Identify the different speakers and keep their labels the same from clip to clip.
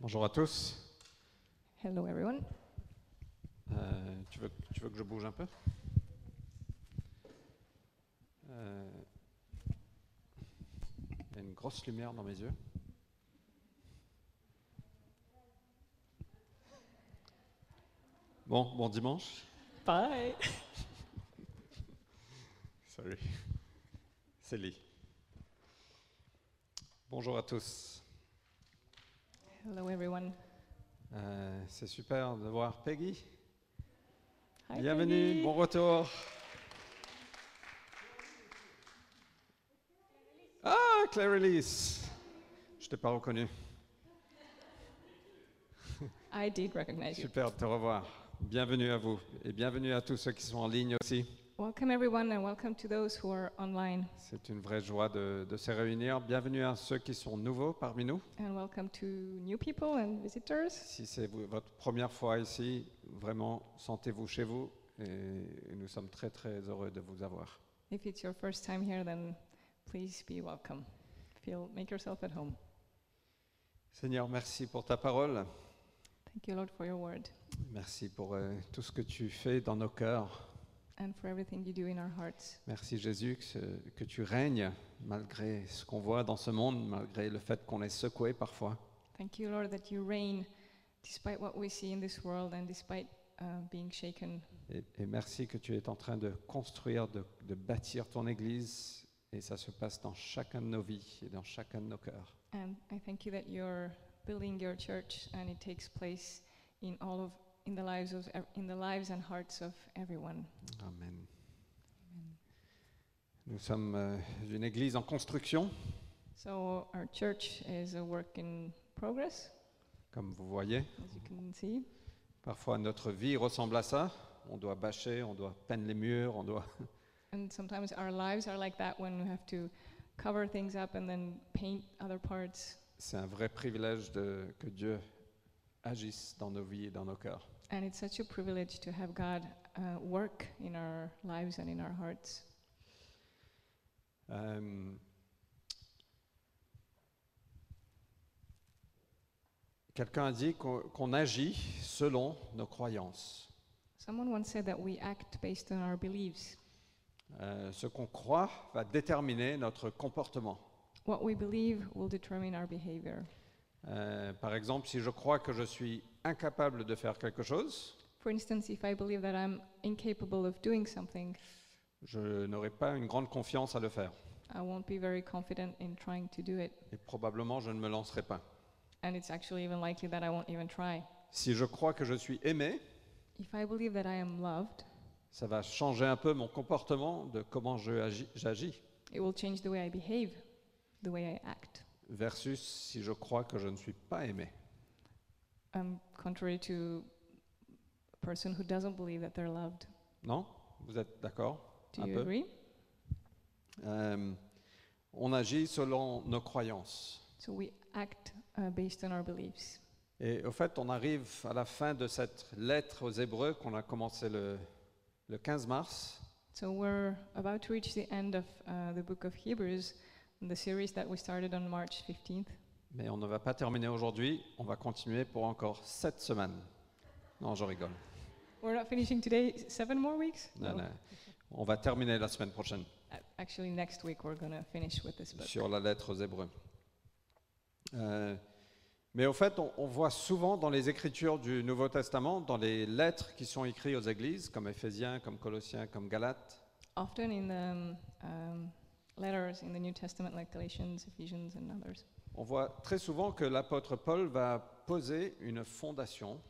Speaker 1: Bonjour à tous.
Speaker 2: Hello, everyone.
Speaker 1: Euh, tu, veux, tu veux que je bouge un peu Euh, Il y a une grosse lumière dans mes yeux. Bon, bon dimanche.
Speaker 2: Bye.
Speaker 1: Salut. C'est Lee. Bonjour à tous.
Speaker 2: Hello, everyone.
Speaker 1: Euh, C'est super de voir Peggy.
Speaker 2: Hi,
Speaker 1: Bienvenue,
Speaker 2: Peggy.
Speaker 1: bon retour. Ah, Claire Elise. Je t'ai pas reconnu.
Speaker 2: I did recognize you.
Speaker 1: Super de te revoir. Bienvenue à vous et bienvenue à tous ceux qui sont en ligne aussi.
Speaker 2: Welcome, everyone, and welcome to those who are online,
Speaker 1: C'est une vraie joie de, de se réunir. Bienvenue à ceux qui sont nouveaux parmi nous.
Speaker 2: and welcome to new people and visitors.
Speaker 1: Si c'est vous- votre première fois ici, vraiment sentez-vous chez vous et, et nous sommes très très heureux de vous avoir.
Speaker 2: If it's your first time here, then please be welcome. Feel, make yourself at home.
Speaker 1: Seigneur, merci pour ta parole.
Speaker 2: Thank you, Lord, for your word
Speaker 1: Merci pour euh, tout ce que tu fais dans nos cœurs.
Speaker 2: and for everything you do in our hearts.
Speaker 1: Merci Jésus que, ce- que tu règnes malgré ce qu'on voit dans ce monde, malgré le fait qu'on est secoué parfois.
Speaker 2: Thank you, Lord, that you reign despite what we see in this world and despite uh, being shaken.
Speaker 1: Et, et merci que tu es en train de construire, de, de bâtir ton Église. Et ça se passe dans chacun de nos vies et dans chacun de nos cœurs.
Speaker 2: And Um, I thank you that you're building your church and it takes place in all of in the lives of ev- in the lives and hearts of everyone.
Speaker 1: Amen. Nous sommes euh, une Église en construction.
Speaker 2: So our church is a work in progress,
Speaker 1: Comme vous voyez,
Speaker 2: as you can see.
Speaker 1: parfois notre vie ressemble à ça. On doit bâcher, on doit peindre les murs, on doit...
Speaker 2: And sometimes our lives are like that when we have to cover things up and then paint other parts.
Speaker 1: C'est un vrai privilège de, que Dieu agisse dans nos vies et dans nos cœurs.
Speaker 2: And it's such a privilege to have God uh, work in our lives and in our hearts.
Speaker 1: Euh, Quelqu'un a dit qu'on qu'on agit selon nos croyances.
Speaker 2: Someone once said that we act based on our beliefs.
Speaker 1: Euh, ce qu'on croit va déterminer notre comportement.
Speaker 2: What we believe will determine our behavior.
Speaker 1: Euh, par exemple, si je crois que je suis incapable de faire quelque chose,
Speaker 2: For instance, if I believe that I'm incapable of doing something,
Speaker 1: je n'aurai pas une grande confiance à le faire.
Speaker 2: I won't be very confident in trying to do it.
Speaker 1: Et probablement, je ne me lancerai pas.
Speaker 2: And it's actually even likely that I won't even try.
Speaker 1: Si je crois que je suis aimé,
Speaker 2: If I believe that I am loved,
Speaker 1: ça va changer un peu mon comportement de comment je agis- j'agis,
Speaker 2: it will change the way I behave, the way I act.
Speaker 1: versus si je crois que je ne suis pas aimé.
Speaker 2: Um, contrary to a person who doesn't believe that they're loved.
Speaker 1: Non Vous êtes d'accord
Speaker 2: Do
Speaker 1: Un
Speaker 2: you
Speaker 1: peu.
Speaker 2: agree?
Speaker 1: Euh, On agit selon nos croyances.
Speaker 2: So we act uh, based on our beliefs.
Speaker 1: Et au fait, on arrive à la fin de cette lettre aux Hébreux qu'on a commencé le, le 15 mars.
Speaker 2: So we're about to reach the end of uh, the book of Hebrews, the series that we started on March 15th.
Speaker 1: Mais on ne va pas terminer aujourd'hui, on va continuer pour encore sept semaines. Non, je rigole.
Speaker 2: We're not finishing today. Seven more weeks?
Speaker 1: Non,
Speaker 2: No.
Speaker 1: non. On va terminer la semaine prochaine
Speaker 2: A- Actually, next week we're going to finish with this book.
Speaker 1: sur la lettre aux Hébreux. Euh, mais au fait, on, on voit souvent dans les écritures du Nouveau Testament, dans les lettres qui sont écrites aux églises, comme Éphésiens, comme Colossiens, comme Galates,
Speaker 2: Often in the um, um, letters in the New Testament, like Galatians, Ephesians, and others,
Speaker 1: on voit très souvent que l'apôtre Paul va poser une fondation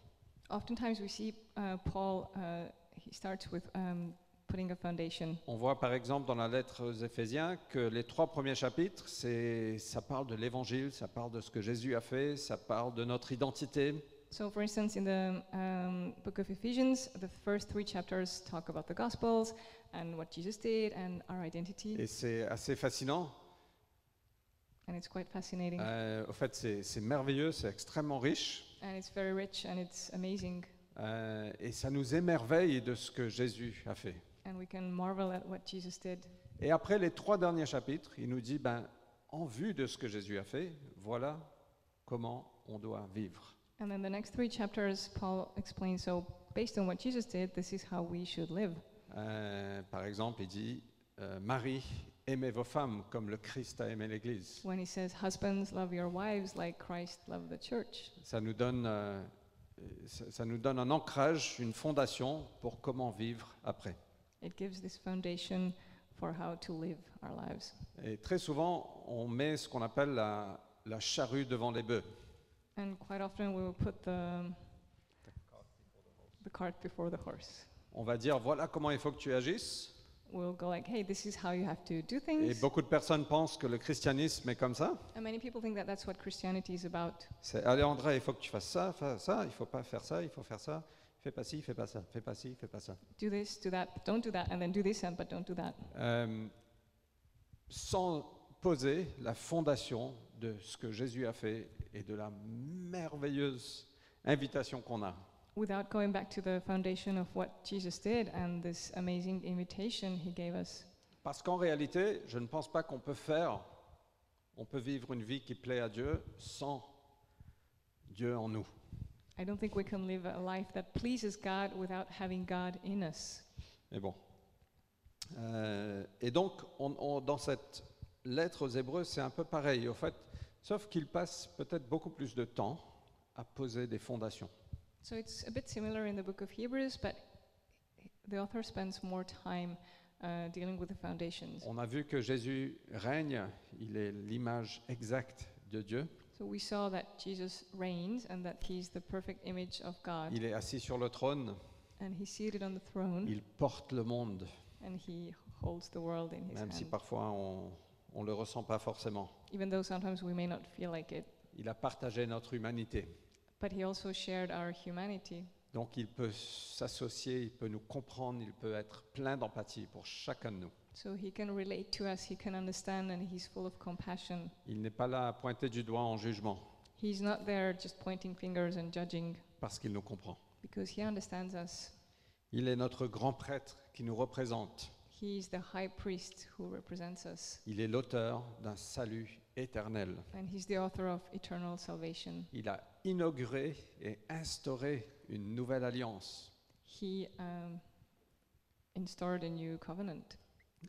Speaker 2: oftentimes we see uh, Paul, uh, he starts with um, putting a foundation.
Speaker 1: On voit par exemple dans la lettre aux Éphésiens que les trois premiers chapitres, c'est, ça parle de l'évangile, ça parle de ce que Jésus a fait, ça parle de notre identité.
Speaker 2: So, for instance, in the um, book of Ephesians, the first three chapters talk about the Gospels and what Jesus did and our identity.
Speaker 1: Et c'est assez fascinant.
Speaker 2: And it's quite fascinating.
Speaker 1: Euh, au fait, c'est, c'est merveilleux, c'est extrêmement riche.
Speaker 2: And it's very rich and it's amazing.
Speaker 1: Euh, et ça nous émerveille de ce que Jésus a fait.
Speaker 2: And we can marvel at what Jesus did.
Speaker 1: Et après les trois derniers chapitres, il nous dit, ben, en vue de ce que Jésus a fait, voilà comment on doit vivre.
Speaker 2: And then the next three chapters, Paul explains so, based on what Jesus did, this is how we should live.
Speaker 1: Euh, par exemple, il dit euh, Marie, aimez vos femmes comme le Christ a aimé l'Église.
Speaker 2: When he says, Husbands, love your wives like Christ loved the church,
Speaker 1: Ça nous donne, euh, ça- ça nous donne un ancrage, une fondation pour comment vivre après.
Speaker 2: it gives this foundation for how to live our lives.
Speaker 1: Et très souvent, on met ce qu'on appelle la, la charrue devant les bœufs.
Speaker 2: And quite often we will put the, the cart before the horse.
Speaker 1: On va dire voilà comment il faut que tu agisses.
Speaker 2: We'll go like, hey, this is how you have to do
Speaker 1: Et
Speaker 2: things.
Speaker 1: beaucoup de personnes pensent que le christianisme est comme ça.
Speaker 2: And many people think that that's what Christianity is about.
Speaker 1: C'est allez André, il faut que tu fasses ça, fais ça, il faut pas faire ça, il faut faire ça. Fais pas ci, fais pas ça, fais pas ci, fais pas ça.
Speaker 2: Do this, do that, but don't do that, and then do this, and but don't do that.
Speaker 1: Euh, sans poser la fondation de ce que Jésus a fait et de la merveilleuse invitation qu'on a.
Speaker 2: Without going back to the foundation of what Jesus did and this amazing invitation he gave us.
Speaker 1: Parce qu'en réalité, je ne pense pas qu'on peut faire, on peut vivre une vie qui plaît à Dieu sans Dieu en nous.
Speaker 2: I don't think we can live a life that pleases God without having God in us.
Speaker 1: Mais bon. Euh, et donc, on- on- dans cette lettre aux Hébreux, c'est un peu pareil, au fait, sauf qu'il passe peut-être beaucoup plus de temps à poser des fondations.
Speaker 2: So it's a bit similar in the book of Hebrews, but the author spends more time uh, dealing with the foundations.
Speaker 1: On a vu que Jésus règne, il est l'image exacte de Dieu.
Speaker 2: So we saw that Jesus reigns and that he's the perfect image of God,
Speaker 1: Il est assis sur le trône,
Speaker 2: and he's seated on the throne
Speaker 1: il porte le monde,
Speaker 2: and he holds the world in his
Speaker 1: même si
Speaker 2: hand.
Speaker 1: parfois on ne le ressent pas forcément.
Speaker 2: Even though sometimes we may not feel like it,
Speaker 1: Il a partagé notre humanité.
Speaker 2: but he also shared our humanity.
Speaker 1: Donc il peut s'associer, il peut nous comprendre, il peut être plein d'empathie pour chacun de nous.
Speaker 2: So he can relate to us, he can understand, and he's full of compassion.
Speaker 1: Il n'est pas là à pointer du doigt en jugement,
Speaker 2: He's not there just pointing fingers and judging
Speaker 1: parce qu'il nous comprend.
Speaker 2: because he understands us.
Speaker 1: Il est notre grand prêtre qui nous représente.
Speaker 2: He is the high priest who represents us,
Speaker 1: Il est l'auteur d'un salut éternel.
Speaker 2: and he's the author of eternal salvation.
Speaker 1: Il a inauguré et instauré une nouvelle alliance.
Speaker 2: He um, instaured a new covenant.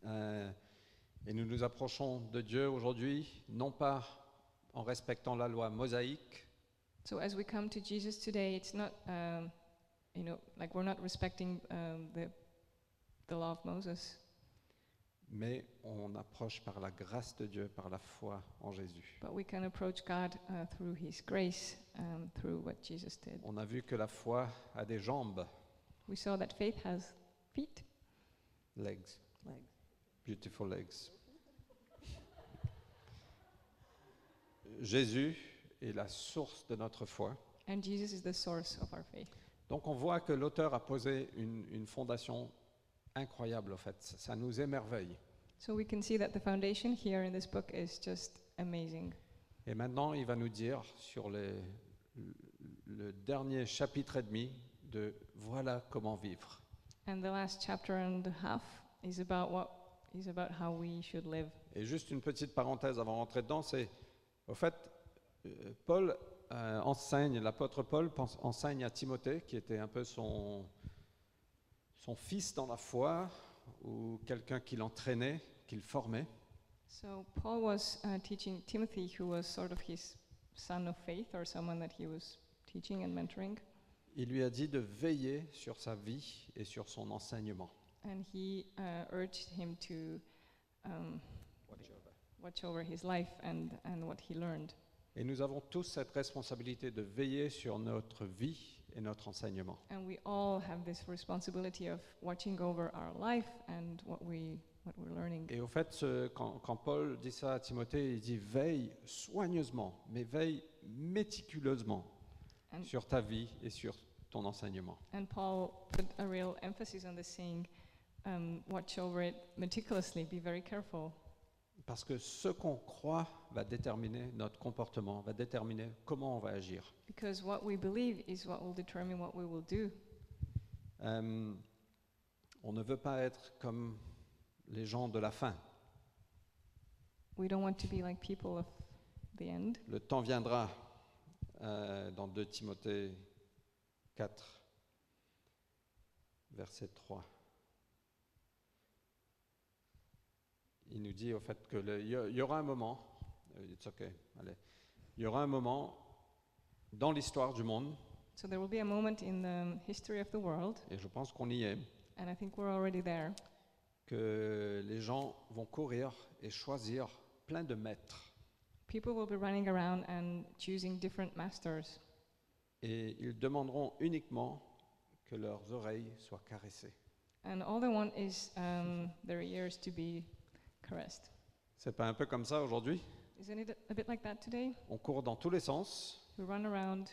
Speaker 1: Euh, et nous nous approchons de Dieu aujourd'hui, non pas en respectant la loi mosaïque,
Speaker 2: So as we come to Jesus today, it's not, um, you know, like we're not respecting um, the the law of Moses,
Speaker 1: mais on approche par la grâce de Dieu, par la foi en Jésus.
Speaker 2: but we can approach God uh, through His grace, um, through what Jesus did.
Speaker 1: On a vu que la foi a des jambes,
Speaker 2: We saw that faith has feet.
Speaker 1: legs,
Speaker 2: Legs.
Speaker 1: beautiful legs. Jésus est la source de notre foi.
Speaker 2: And Jesus is the source of our faith.
Speaker 1: Donc on voit que l'auteur a posé une, une fondation incroyable, en fait. Ça, ça nous émerveille.
Speaker 2: So we can see that the foundation here in this book is just amazing.
Speaker 1: Et maintenant, il va nous dire sur les- le- le dernier chapitre et demi de voilà comment vivre.
Speaker 2: And the last chapter and a half is about what is about how we should live.
Speaker 1: Et juste une petite parenthèse avant de rentrer dedans, c'est au fait, euh, Paul euh, enseigne, l'apôtre Paul pense- enseigne à Timothée, qui était un peu son, son fils dans la foi, ou quelqu'un qui l'entraînait, qui le formait.
Speaker 2: So Paul was uh, teaching Timothy, who was sort of his son of faith or someone that he was teaching and mentoring,
Speaker 1: Il lui a dit de veiller sur sa vie et sur son enseignement.
Speaker 2: and he uh, urged him to um, watch over his life and, and what he learned.
Speaker 1: Et nous avons tous cette responsabilité de veiller sur notre vie et notre enseignement.
Speaker 2: And we all have this responsibility of watching over our life and what we what we're learning.
Speaker 1: Et au fait, ce- quand, quand Paul dit ça à Timothée, il dit veille soigneusement, mais veille méticuleusement
Speaker 2: And-
Speaker 1: sur ta vie et sur ton enseignement.
Speaker 2: And Paul put a real emphasis on this saying, um, watch over it meticulously, be very careful,
Speaker 1: Parce que ce qu'on croit va déterminer notre comportement, va déterminer comment on va agir.
Speaker 2: because what we believe is what will determine what we will do.
Speaker 1: Euh, on ne veut pas être comme les gens de la fin.
Speaker 2: We don't want to be like people of the end.
Speaker 1: Le temps viendra. euh, dans 2 Timothée 4, verset 3. Il nous dit au fait que le- il y a- il y aura un moment, euh, it's okay, allez. il y aura un moment dans l'histoire du monde,
Speaker 2: So there will be a moment in the history of the world,
Speaker 1: et je pense qu'on y est,
Speaker 2: and I think we're already there,
Speaker 1: que les gens vont courir et choisir plein de maîtres.
Speaker 2: People will be running around and choosing different masters,
Speaker 1: Et ils demanderont uniquement que leurs oreilles soient caressées.
Speaker 2: and all they want is um, their ears to be caressed.
Speaker 1: C'est pas un peu comme ça aujourd'hui
Speaker 2: Isn't it a bit like that today?
Speaker 1: On court dans tous les sens.
Speaker 2: We run around,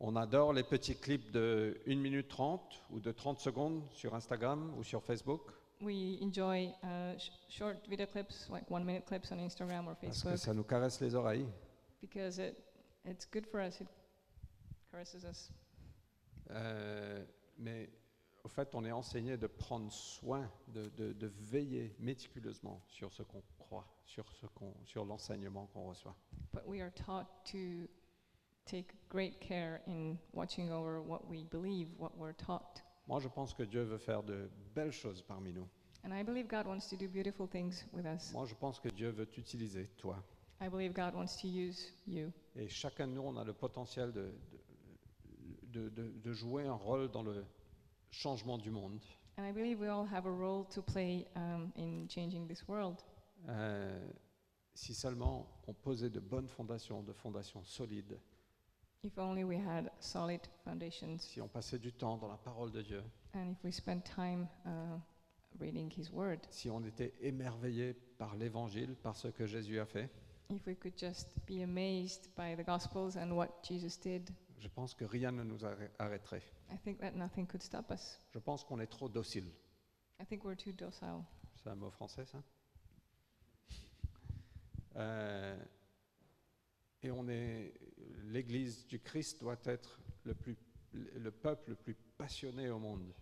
Speaker 1: On adore les petits clips de 1 minute 30 ou de 30 secondes sur Instagram ou sur Facebook.
Speaker 2: we enjoy uh, sh- short video clips, like one minute clips on Instagram or
Speaker 1: Parce que
Speaker 2: Facebook,
Speaker 1: ça nous caresse les oreilles.
Speaker 2: because it, it's good for us, it caresses us.
Speaker 1: Euh, mais au fait, on est enseigné de prendre soin, de, de- de veiller méticuleusement sur ce qu'on croit, sur, ce qu'on, sur l'enseignement qu'on reçoit.
Speaker 2: But we are taught to take great care in watching over what we believe, what we're taught.
Speaker 1: Moi, je pense que Dieu veut faire de belles choses parmi nous.
Speaker 2: And I believe God wants to do beautiful things with us.
Speaker 1: Moi, je pense que Dieu veut t'utiliser, toi.
Speaker 2: I believe God wants to use you.
Speaker 1: Et chacun de nous, on a le potentiel de, de- de- de- de jouer un rôle dans le changement du monde.
Speaker 2: And I believe we all have a role to play um, in changing this world
Speaker 1: Euh, si seulement on posait de bonnes fondations, de fondations solides,
Speaker 2: if only we had solid foundations
Speaker 1: si on passait du temps dans la parole de Dieu,
Speaker 2: and if we spent time uh, reading His Word.
Speaker 1: si on était émerveillé par l'évangile, par ce que Jésus a fait,
Speaker 2: If we could just be amazed by the Gospels and what Jesus did,
Speaker 1: je pense que rien ne nous arrê- arrêterait.
Speaker 2: I think that nothing could stop us.
Speaker 1: Je pense qu'on est trop docile.
Speaker 2: I think we're too docile.
Speaker 1: C'est un mot français, ça Euh, Et on est. L'Église du Christ doit être le, plus, le peuple le plus passionné au monde.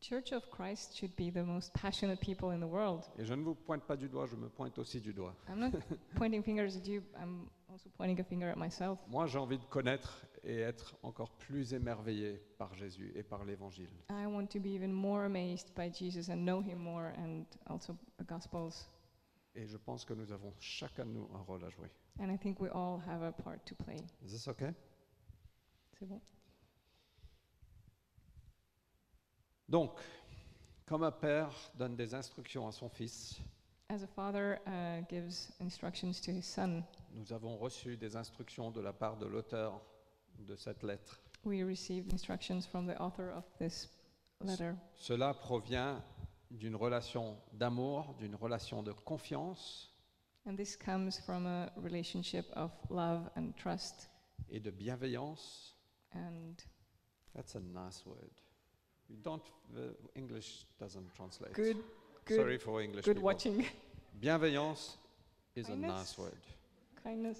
Speaker 2: Church of Christ should be the most passionate people in the world.
Speaker 1: Et je ne vous pointe pas du doigt, je me pointe aussi du doigt.
Speaker 2: I'm not pointing fingers at you, I'm also pointing a finger at myself.
Speaker 1: Moi, j'ai envie de connaître et être encore plus émerveillé par Jésus et par l'Évangile.
Speaker 2: I want to be even more amazed by Jesus and know him more and also the Gospels.
Speaker 1: Et je pense que nous avons chacun de nous un rôle à jouer.
Speaker 2: And I think we all have a part to play.
Speaker 1: Is this okay?
Speaker 2: C'est bon?
Speaker 1: Donc, comme un père donne des instructions à son fils,
Speaker 2: As a father uh, gives instructions to his son,
Speaker 1: Nous avons reçu des instructions de la part de l'auteur de cette lettre.
Speaker 2: we received instructions from the author of this letter.
Speaker 1: Cela provient d'une relation d'amour, d'une relation de confiance
Speaker 2: And this comes from a relationship of love and trust
Speaker 1: et de bienveillance.
Speaker 2: and
Speaker 1: That's a nice word. You don't, the English doesn't translate.
Speaker 2: good,
Speaker 1: Sorry
Speaker 2: good,
Speaker 1: for English.
Speaker 2: good
Speaker 1: people.
Speaker 2: watching.
Speaker 1: Bienveillance is a
Speaker 2: Kindness.
Speaker 1: nice word.
Speaker 2: Kindness.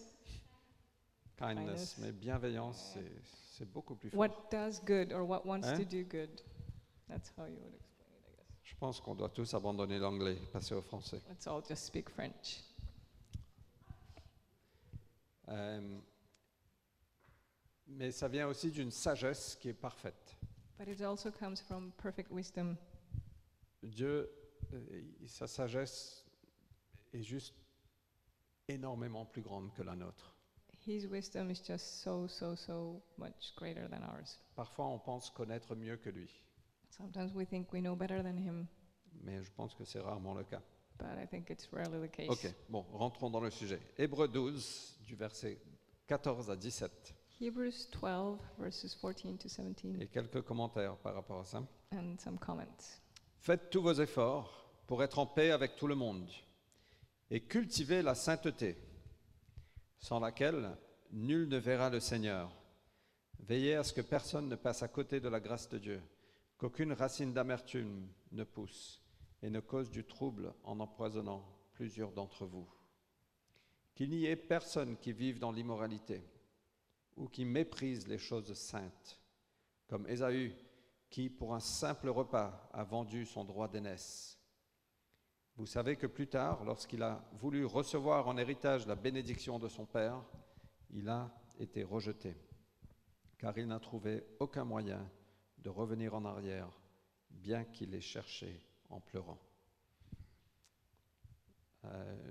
Speaker 1: Kindness,
Speaker 2: Kindness.
Speaker 1: mais bienveillance, c'est- c'est beaucoup plus fort.
Speaker 2: What does good or what wants
Speaker 1: Hein?
Speaker 2: to do good? That's how you would explain it, I guess.
Speaker 1: Je pense qu'on doit tous abandonner l'anglais, passer au français.
Speaker 2: Let's all just speak French.
Speaker 1: Euh, mais ça vient aussi d'une sagesse qui est parfaite.
Speaker 2: But it also comes from perfect wisdom.
Speaker 1: Dieu, euh, il- sa sagesse est juste énormément plus grande que la nôtre.
Speaker 2: His wisdom is just so, so, so much greater than ours.
Speaker 1: Parfois, on pense connaître mieux que lui,
Speaker 2: Sometimes we think we know better than him,
Speaker 1: mais je pense que c'est rarement le cas.
Speaker 2: but I think it's rarely the case.
Speaker 1: Ok, bon, rentrons dans le sujet. Hébreux 12, du verset 14 à 17,
Speaker 2: Hebrews 12, verses 14 to 17,
Speaker 1: et quelques commentaires par rapport à ça.
Speaker 2: and some comments.
Speaker 1: Faites tous vos efforts pour être en paix avec tout le monde et cultivez la sainteté, sans laquelle nul ne verra le Seigneur. Veillez à ce que personne ne passe à côté de la grâce de Dieu, qu'aucune racine d'amertume ne pousse et ne cause du trouble en empoisonnant plusieurs d'entre vous. Qu'il n'y ait personne qui vive dans l'immoralité ou qui méprise les choses saintes, comme Ésaü qui, pour un simple repas, a vendu son droit d'aînesse. Vous savez que plus tard, lorsqu'il a voulu recevoir en héritage la bénédiction de son père, il a été rejeté, car il n'a trouvé aucun moyen de revenir en arrière, bien qu'il ait cherché en pleurant. Uh,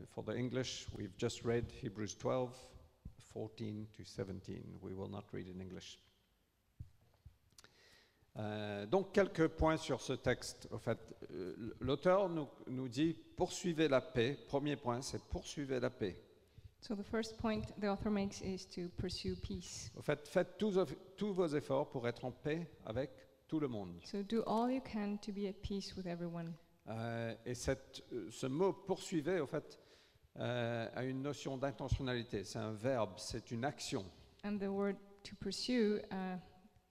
Speaker 1: for the English, we've just read Hebrews 12, 14 to 17. We will not read in English. Euh, donc quelques points sur ce texte. Au fait, Euh, l'auteur nous, nous dit poursuivez la paix. Premier point, c'est poursuivez la paix.
Speaker 2: So the first point the author makes is to pursue peace.
Speaker 1: Au fait, faites tous, tous vos efforts pour être en paix avec tout le monde.
Speaker 2: So do all you can to be at peace with everyone.
Speaker 1: Euh, et cette- euh, ce mot poursuivez, au fait, euh, a une notion d'intentionnalité. C'est un verbe, c'est une action.
Speaker 2: And the word to pursue, uh,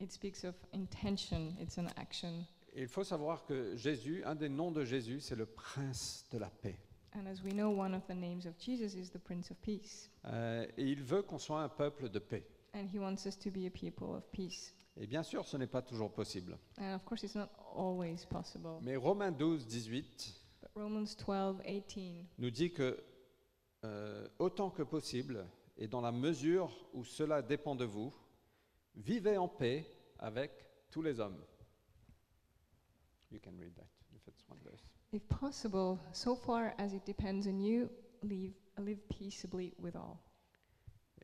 Speaker 2: it speaks of intention, it's an action.
Speaker 1: Et il faut savoir que Jésus, un des noms de Jésus, c'est le prince de la paix.
Speaker 2: And as we know, one of the names of Jesus is the Prince of Peace.
Speaker 1: Euh, et il veut qu'on soit un peuple de paix.
Speaker 2: And he wants us to be a people of peace.
Speaker 1: Et bien sûr, ce n'est pas toujours possible.
Speaker 2: And of course, it's not always possible.
Speaker 1: Mais Romains 12, 18
Speaker 2: But Romans 12, 18
Speaker 1: nous dit que euh, autant que possible, et dans la mesure où cela dépend de vous, vivez en paix avec tous les hommes. You can read that if it's one verse.
Speaker 2: If possible, so far as it depends on you, live, live peaceably with all.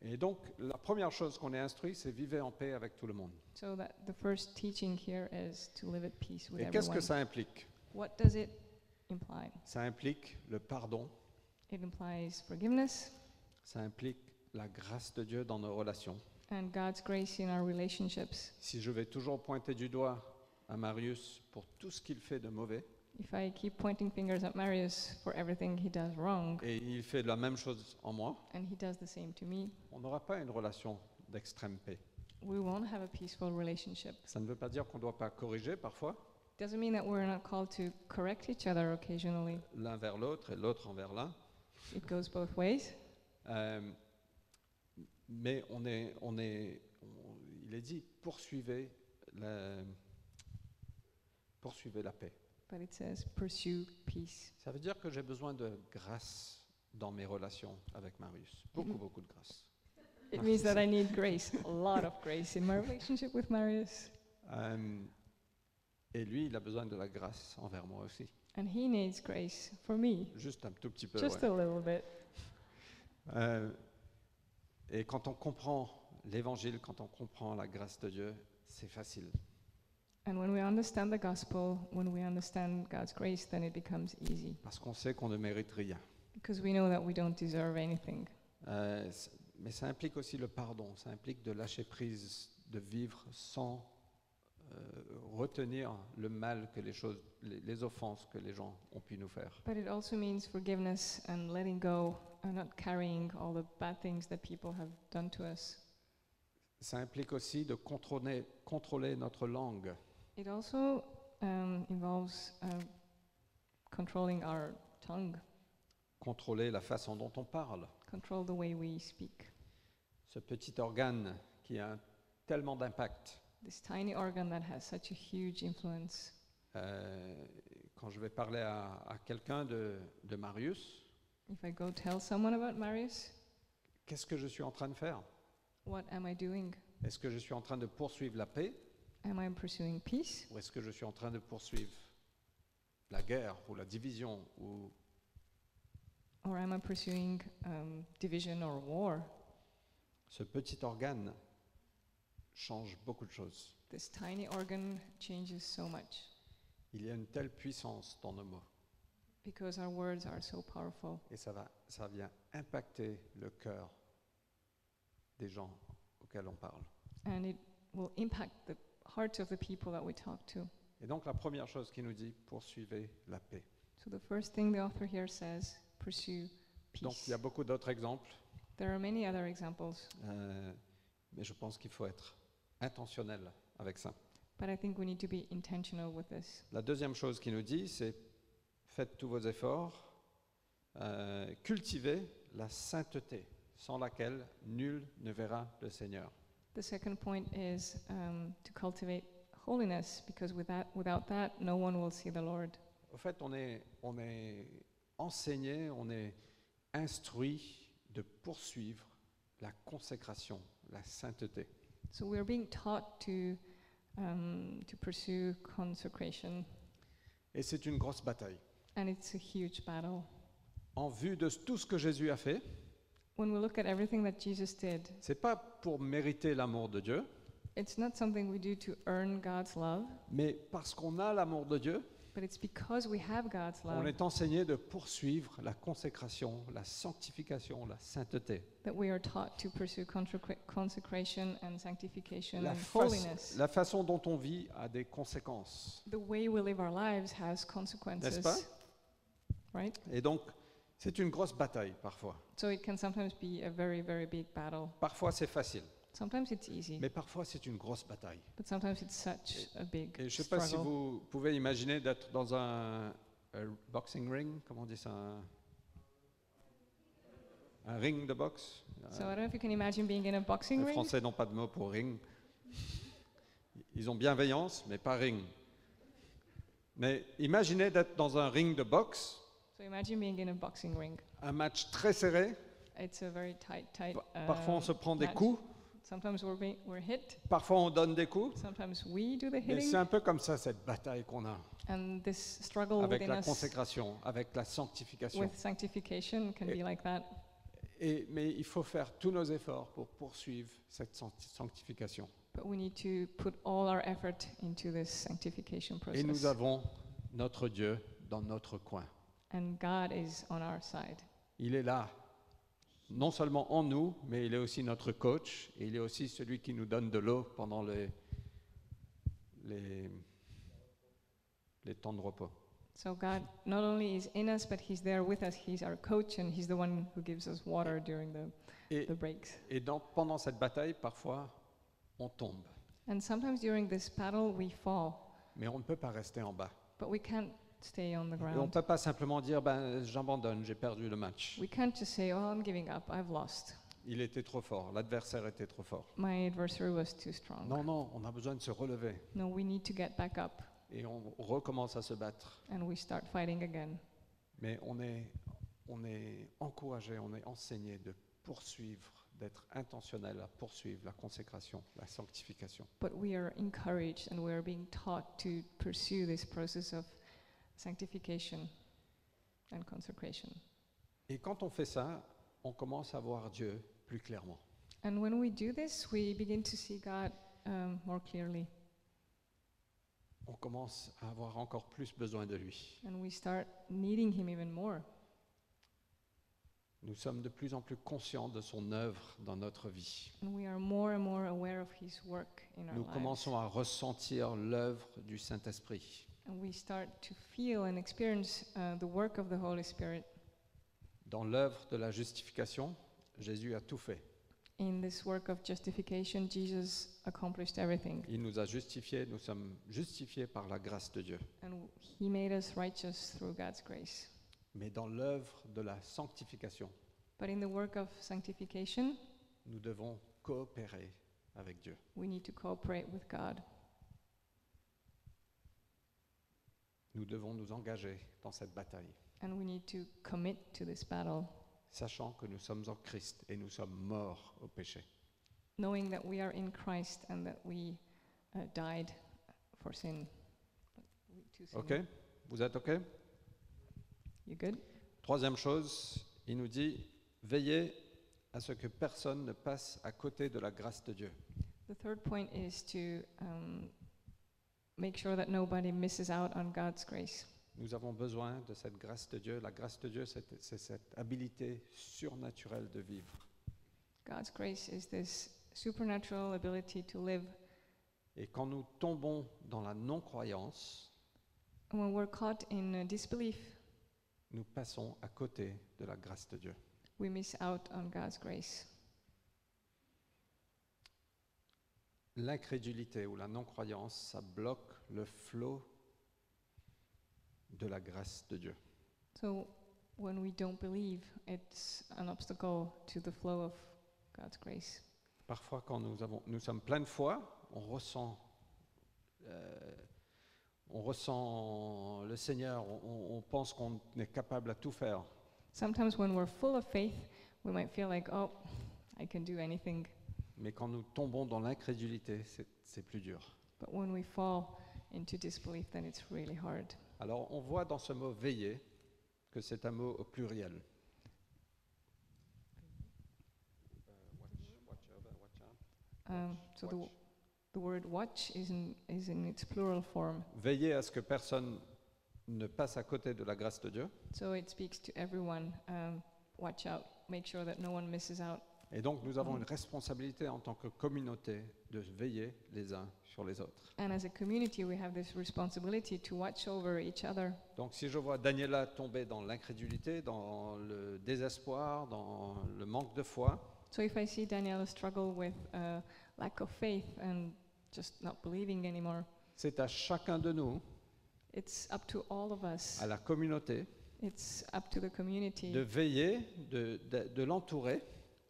Speaker 1: Et donc, la première chose qu'on est instruit, c'est vivez en paix avec tout le monde.
Speaker 2: So that the first teaching here is to live at peace with
Speaker 1: Et qu'est-ce que
Speaker 2: everyone.
Speaker 1: ça implique
Speaker 2: What does it imply?
Speaker 1: Ça implique le pardon,
Speaker 2: It implies forgiveness
Speaker 1: ça implique la grâce de Dieu dans nos relations.
Speaker 2: and God's grace in our relationships.
Speaker 1: Si je vais toujours pointer du doigt à Marius pour tout ce qu'il fait de mauvais,
Speaker 2: If I keep pointing fingers at Marius for everything he does wrong,
Speaker 1: et il fait la même chose en moi,
Speaker 2: and he does the same to me,
Speaker 1: on n'aura pas une relation d'extrême paix.
Speaker 2: we won't have a peaceful relationship.
Speaker 1: Ça ne veut pas dire qu'on ne doit pas corriger parfois
Speaker 2: Doesn't mean that we're not called to correct each other occasionally.
Speaker 1: l'un vers l'autre et l'autre envers l'un,
Speaker 2: It goes both ways.
Speaker 1: Euh, mais on est, on est, on- il est dit poursuivez la, poursuivez la paix.
Speaker 2: But it says pursue peace.
Speaker 1: Ça veut dire que j'ai besoin de grâce dans mes relations avec Marius, beaucoup beaucoup de grâce.
Speaker 2: It means that I need grace, a lot of grace in my relationship with Marius.
Speaker 1: Euh, et lui, il a besoin de la grâce envers moi aussi,
Speaker 2: And he needs grace for me,
Speaker 1: juste un tout petit peu. ouais.
Speaker 2: just a little bit.
Speaker 1: Euh, et quand on comprend l'évangile, quand on comprend la grâce de Dieu, c'est facile.
Speaker 2: And when we understand the gospel, when we understand God's grace, then it becomes easy
Speaker 1: Parce qu'on sait qu'on ne mérite rien.
Speaker 2: because we know that we don't deserve anything.
Speaker 1: Euh, c- mais ça implique aussi le pardon, ça implique de lâcher prise, de vivre sans euh, retenir le mal que les choses, les, les offenses que les gens ont pu nous faire.
Speaker 2: But it also means forgiveness and letting go and not carrying all the bad things that people have done to us.
Speaker 1: Ça implique aussi de contrôler, contrôler notre langue.
Speaker 2: It also um, involves uh, controlling our tongue,
Speaker 1: contrôler la façon dont on parle.
Speaker 2: control the way we speak.
Speaker 1: Ce petit organe qui a tellement d'impact.
Speaker 2: This tiny organ that has such a huge influence.
Speaker 1: Euh, quand je vais parler à, à quelqu'un de, de Marius,
Speaker 2: If I go tell someone about Marius,
Speaker 1: qu'est-ce que je suis en train de faire
Speaker 2: what am I doing?
Speaker 1: Est-ce que je suis en train de poursuivre la paix
Speaker 2: Am I pursuing peace?
Speaker 1: ou est-ce que je suis en train de poursuivre la guerre ou la division ou
Speaker 2: Or am I pursuing um, division or war?
Speaker 1: ce petit organe change beaucoup de choses.
Speaker 2: This tiny organ changes so much
Speaker 1: Il y a une telle puissance dans nos mots
Speaker 2: because our words are so powerful
Speaker 1: et ça, va, ça vient impacter le cœur des gens auxquels on parle.
Speaker 2: and it will impact the hearts of the people that we talk to.
Speaker 1: Et donc la première chose qu'il nous dit, poursuivez la paix.
Speaker 2: So the first thing the author here says pursue
Speaker 1: Donc il
Speaker 2: peace.
Speaker 1: y a beaucoup d'autres exemples.
Speaker 2: There are many other examples,
Speaker 1: Euh, mais je pense qu'il faut être intentionnel avec ça.
Speaker 2: but I think we need to be intentional with this.
Speaker 1: La deuxième chose qu'il nous dit, c'est faites tous vos efforts, euh, cultivez la sainteté, sans laquelle nul ne verra le Seigneur.
Speaker 2: The second point is um, to cultivate holiness because without, without that, no one will see the Lord.
Speaker 1: Au fait, on est, on est enseigné, on est instruit de poursuivre la consécration, la sainteté.
Speaker 2: So we're being taught to, um, to pursue consecration,
Speaker 1: Et c'est une grosse bataille.
Speaker 2: and it's a huge battle.
Speaker 1: En vue de tout ce que Jésus a fait,
Speaker 2: When we look at everything that Jesus did,
Speaker 1: c'est pas pour mériter l'amour de Dieu,
Speaker 2: it's not something we do to earn God's love,
Speaker 1: mais parce qu'on a l'amour de Dieu,
Speaker 2: but it's because we have God's
Speaker 1: on
Speaker 2: love
Speaker 1: est enseigné de poursuivre la consécration, la sanctification, la sainteté.
Speaker 2: that we are taught to pursue consecra- consecration and sanctification
Speaker 1: La,
Speaker 2: and
Speaker 1: fa-
Speaker 2: holiness.
Speaker 1: la façon dont on vit a des conséquences.
Speaker 2: the way we live our lives has consequences,
Speaker 1: pas?
Speaker 2: right?
Speaker 1: Et donc, c'est une grosse bataille parfois.
Speaker 2: So it can sometimes be a very, very big battle.
Speaker 1: Parfois c'est facile,
Speaker 2: Sometimes it's easy,
Speaker 1: mais parfois c'est une grosse bataille.
Speaker 2: but sometimes it's such a big
Speaker 1: Et Eh, je ne sais pas
Speaker 2: struggle.
Speaker 1: si vous pouvez imaginer d'être dans un, un boxing ring, comment on dit ça un, un ring de boxe.
Speaker 2: So I
Speaker 1: Euh,
Speaker 2: don't know if you can imagine being in a boxing
Speaker 1: Les
Speaker 2: ring.
Speaker 1: Français n'ont pas de mot pour ring. Ils ont bienveillance, mais pas ring. Mais imaginez d'être dans un ring de boxe,
Speaker 2: So imagine being in a boxing ring.
Speaker 1: un match très serré.
Speaker 2: It's a very tight, tight.
Speaker 1: Pa-
Speaker 2: uh,
Speaker 1: Parfois on se prend des
Speaker 2: match.
Speaker 1: coups,
Speaker 2: Sometimes we're being, we're hit.
Speaker 1: parfois on donne des coups.
Speaker 2: Sometimes we do the
Speaker 1: Mais
Speaker 2: hitting,
Speaker 1: c'est un peu comme ça cette bataille qu'on a
Speaker 2: and this struggle
Speaker 1: avec
Speaker 2: within
Speaker 1: la
Speaker 2: us
Speaker 1: consécration, avec la sanctification.
Speaker 2: with sanctification can
Speaker 1: Et-
Speaker 2: be like that.
Speaker 1: Et- mais il faut faire tous nos efforts pour poursuivre cette san- sanctification.
Speaker 2: But we need to put all our effort into this sanctification
Speaker 1: Et nous
Speaker 2: process.
Speaker 1: avons notre Dieu dans notre coin.
Speaker 2: And God is on our side.
Speaker 1: Il est là, non seulement en nous, mais il est aussi notre coach, et il est aussi celui qui nous donne de l'eau pendant les, les, les temps de repos.
Speaker 2: So God not only is in us, but He's there with us. He's our coach, and He's the one who gives us water during the,
Speaker 1: Et,
Speaker 2: the breaks.
Speaker 1: et dans- pendant cette bataille, parfois, on tombe,
Speaker 2: And sometimes during this battle, we fall,
Speaker 1: mais on ne peut pas rester en bas.
Speaker 2: but we can't stay on the
Speaker 1: Et on ne
Speaker 2: ground.
Speaker 1: peut pas simplement dire, ben, j'abandonne, j'ai perdu le match.
Speaker 2: We can't just say, "Oh, I'm giving up. I've lost.
Speaker 1: Il était trop fort, l'adversaire était trop fort.
Speaker 2: My adversary was too strong."
Speaker 1: Non, non, on a besoin de se relever
Speaker 2: No, we need to get back up,
Speaker 1: et on recommence à se battre.
Speaker 2: and we start fighting again.
Speaker 1: Mais on est, on est encouragé, on est enseigné de poursuivre, d'être intentionnel à poursuivre la consécration, la sanctification.
Speaker 2: But we are encouraged, and we are being taught to pursue this process of sanctification and consecration.
Speaker 1: Et quand on fait ça, on commence à voir Dieu plus clairement.
Speaker 2: And when we do this, we begin to see God um, more clearly,
Speaker 1: On commence à avoir encore plus besoin de lui.
Speaker 2: and we start needing Him even more.
Speaker 1: Nous sommes de plus en plus conscients de son œuvre dans notre vie.
Speaker 2: And we are more and more aware of His work in our
Speaker 1: Nous
Speaker 2: lives.
Speaker 1: commençons à ressentir l'œuvre du Saint-Esprit.
Speaker 2: And we start to feel and experience uh, the work of the Holy Spirit
Speaker 1: Dans l'œuvre de la justification, Jésus a tout fait.
Speaker 2: in this work of justification. Jesus accomplished everything,
Speaker 1: Il nous a justifiés, nous sommes justifiés par la grâce de Dieu.
Speaker 2: and He made us righteous through God's grace.
Speaker 1: Mais dans l'œuvre de la sanctification,
Speaker 2: But in the work of sanctification,
Speaker 1: nous devons coopérer avec Dieu.
Speaker 2: we need to cooperate with God.
Speaker 1: Nous devons nous engager dans cette bataille,
Speaker 2: And we need to commit to this battle,
Speaker 1: sachant que nous sommes en Christ et nous sommes morts au péché.
Speaker 2: knowing that we are in Christ and that we uh, died for sin. To sin.
Speaker 1: OK Vous êtes OK
Speaker 2: You good?
Speaker 1: Troisième chose, il nous dit, veillez à ce que personne ne passe à côté de la grâce de Dieu.
Speaker 2: The third point is to um, make sure that nobody misses out on God's grace.
Speaker 1: Nous avons besoin de cette grâce de Dieu. La grâce de Dieu, c'est c'est cette habilité surnaturelle de vivre.
Speaker 2: God's grace is this supernatural ability to live.
Speaker 1: Et quand nous tombons dans la non-croyance,
Speaker 2: And when we're caught in uh, disbelief,
Speaker 1: nous passons à côté de la grâce de Dieu.
Speaker 2: we miss out on God's grace.
Speaker 1: L'incrédulité ou la non-croyance, ça bloque le flot de la grâce de Dieu.
Speaker 2: So when we don't believe, it's an obstacle to the flow of God's grace.
Speaker 1: Parfois, quand nous, avons, nous sommes pleins de foi, on ressent, euh, on ressent le Seigneur, on- on- on pense qu'on est capable à tout faire.
Speaker 2: Sometimes when we're full of faith, we might feel like, oh, I can do anything.
Speaker 1: Mais quand nous tombons dans l'incrédulité, c'est- c'est plus dur.
Speaker 2: But when we fall into disbelief, then it's really hard.
Speaker 1: Alors on voit dans ce mot veiller que c'est un mot au pluriel.
Speaker 2: Um, so the, w- the word watch is in, is in its plural form.
Speaker 1: Veiller à ce que personne ne passe à côté de la grâce de Dieu.
Speaker 2: So it speaks to everyone. Um, watch out. Make sure that no one misses out.
Speaker 1: Et donc nous avons une responsabilité en tant que communauté de veiller les uns sur les autres.
Speaker 2: And as a community, we have this responsibility to watch over each other.
Speaker 1: Donc si je vois Daniela tomber dans l'incrédulité, dans le désespoir, dans le manque de foi,
Speaker 2: So if I see Daniela struggle with uh, lack of faith and just not believing anymore,
Speaker 1: c'est à chacun de nous,
Speaker 2: it's up to all of us.
Speaker 1: à la communauté,
Speaker 2: It's up to the community
Speaker 1: de veiller, de, de- de l'entourer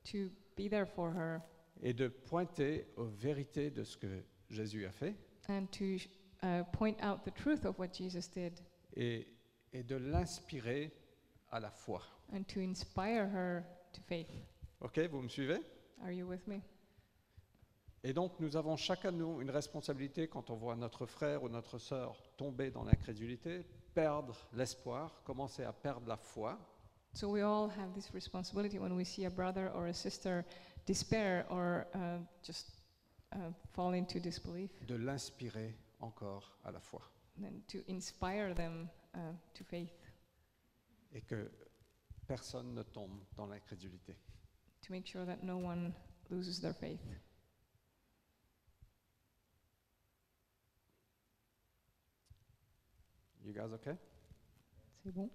Speaker 2: to be there for her
Speaker 1: et de pointer aux vérités de ce que Jésus a fait
Speaker 2: and to sh- uh, point out the truth of what Jesus did
Speaker 1: et, et de l'inspirer à la foi.
Speaker 2: and to inspire her to faith.
Speaker 1: Ok, vous me suivez
Speaker 2: Are you with me?
Speaker 1: Et donc nous avons chacun de nous une responsabilité quand on voit notre frère ou notre sœur tomber dans l'incrédulité, perdre l'espoir, commencer à perdre la foi.
Speaker 2: So we all have this responsibility when we see a brother or a sister despair or uh, just uh, fall into disbelief,
Speaker 1: de l'inspirer encore à la foi.
Speaker 2: then to inspire them uh, to faith,
Speaker 1: Et que personne ne tombe dans l'incrédulité.
Speaker 2: to make sure that no one loses their faith.
Speaker 1: You guys okay?
Speaker 2: C'est bon?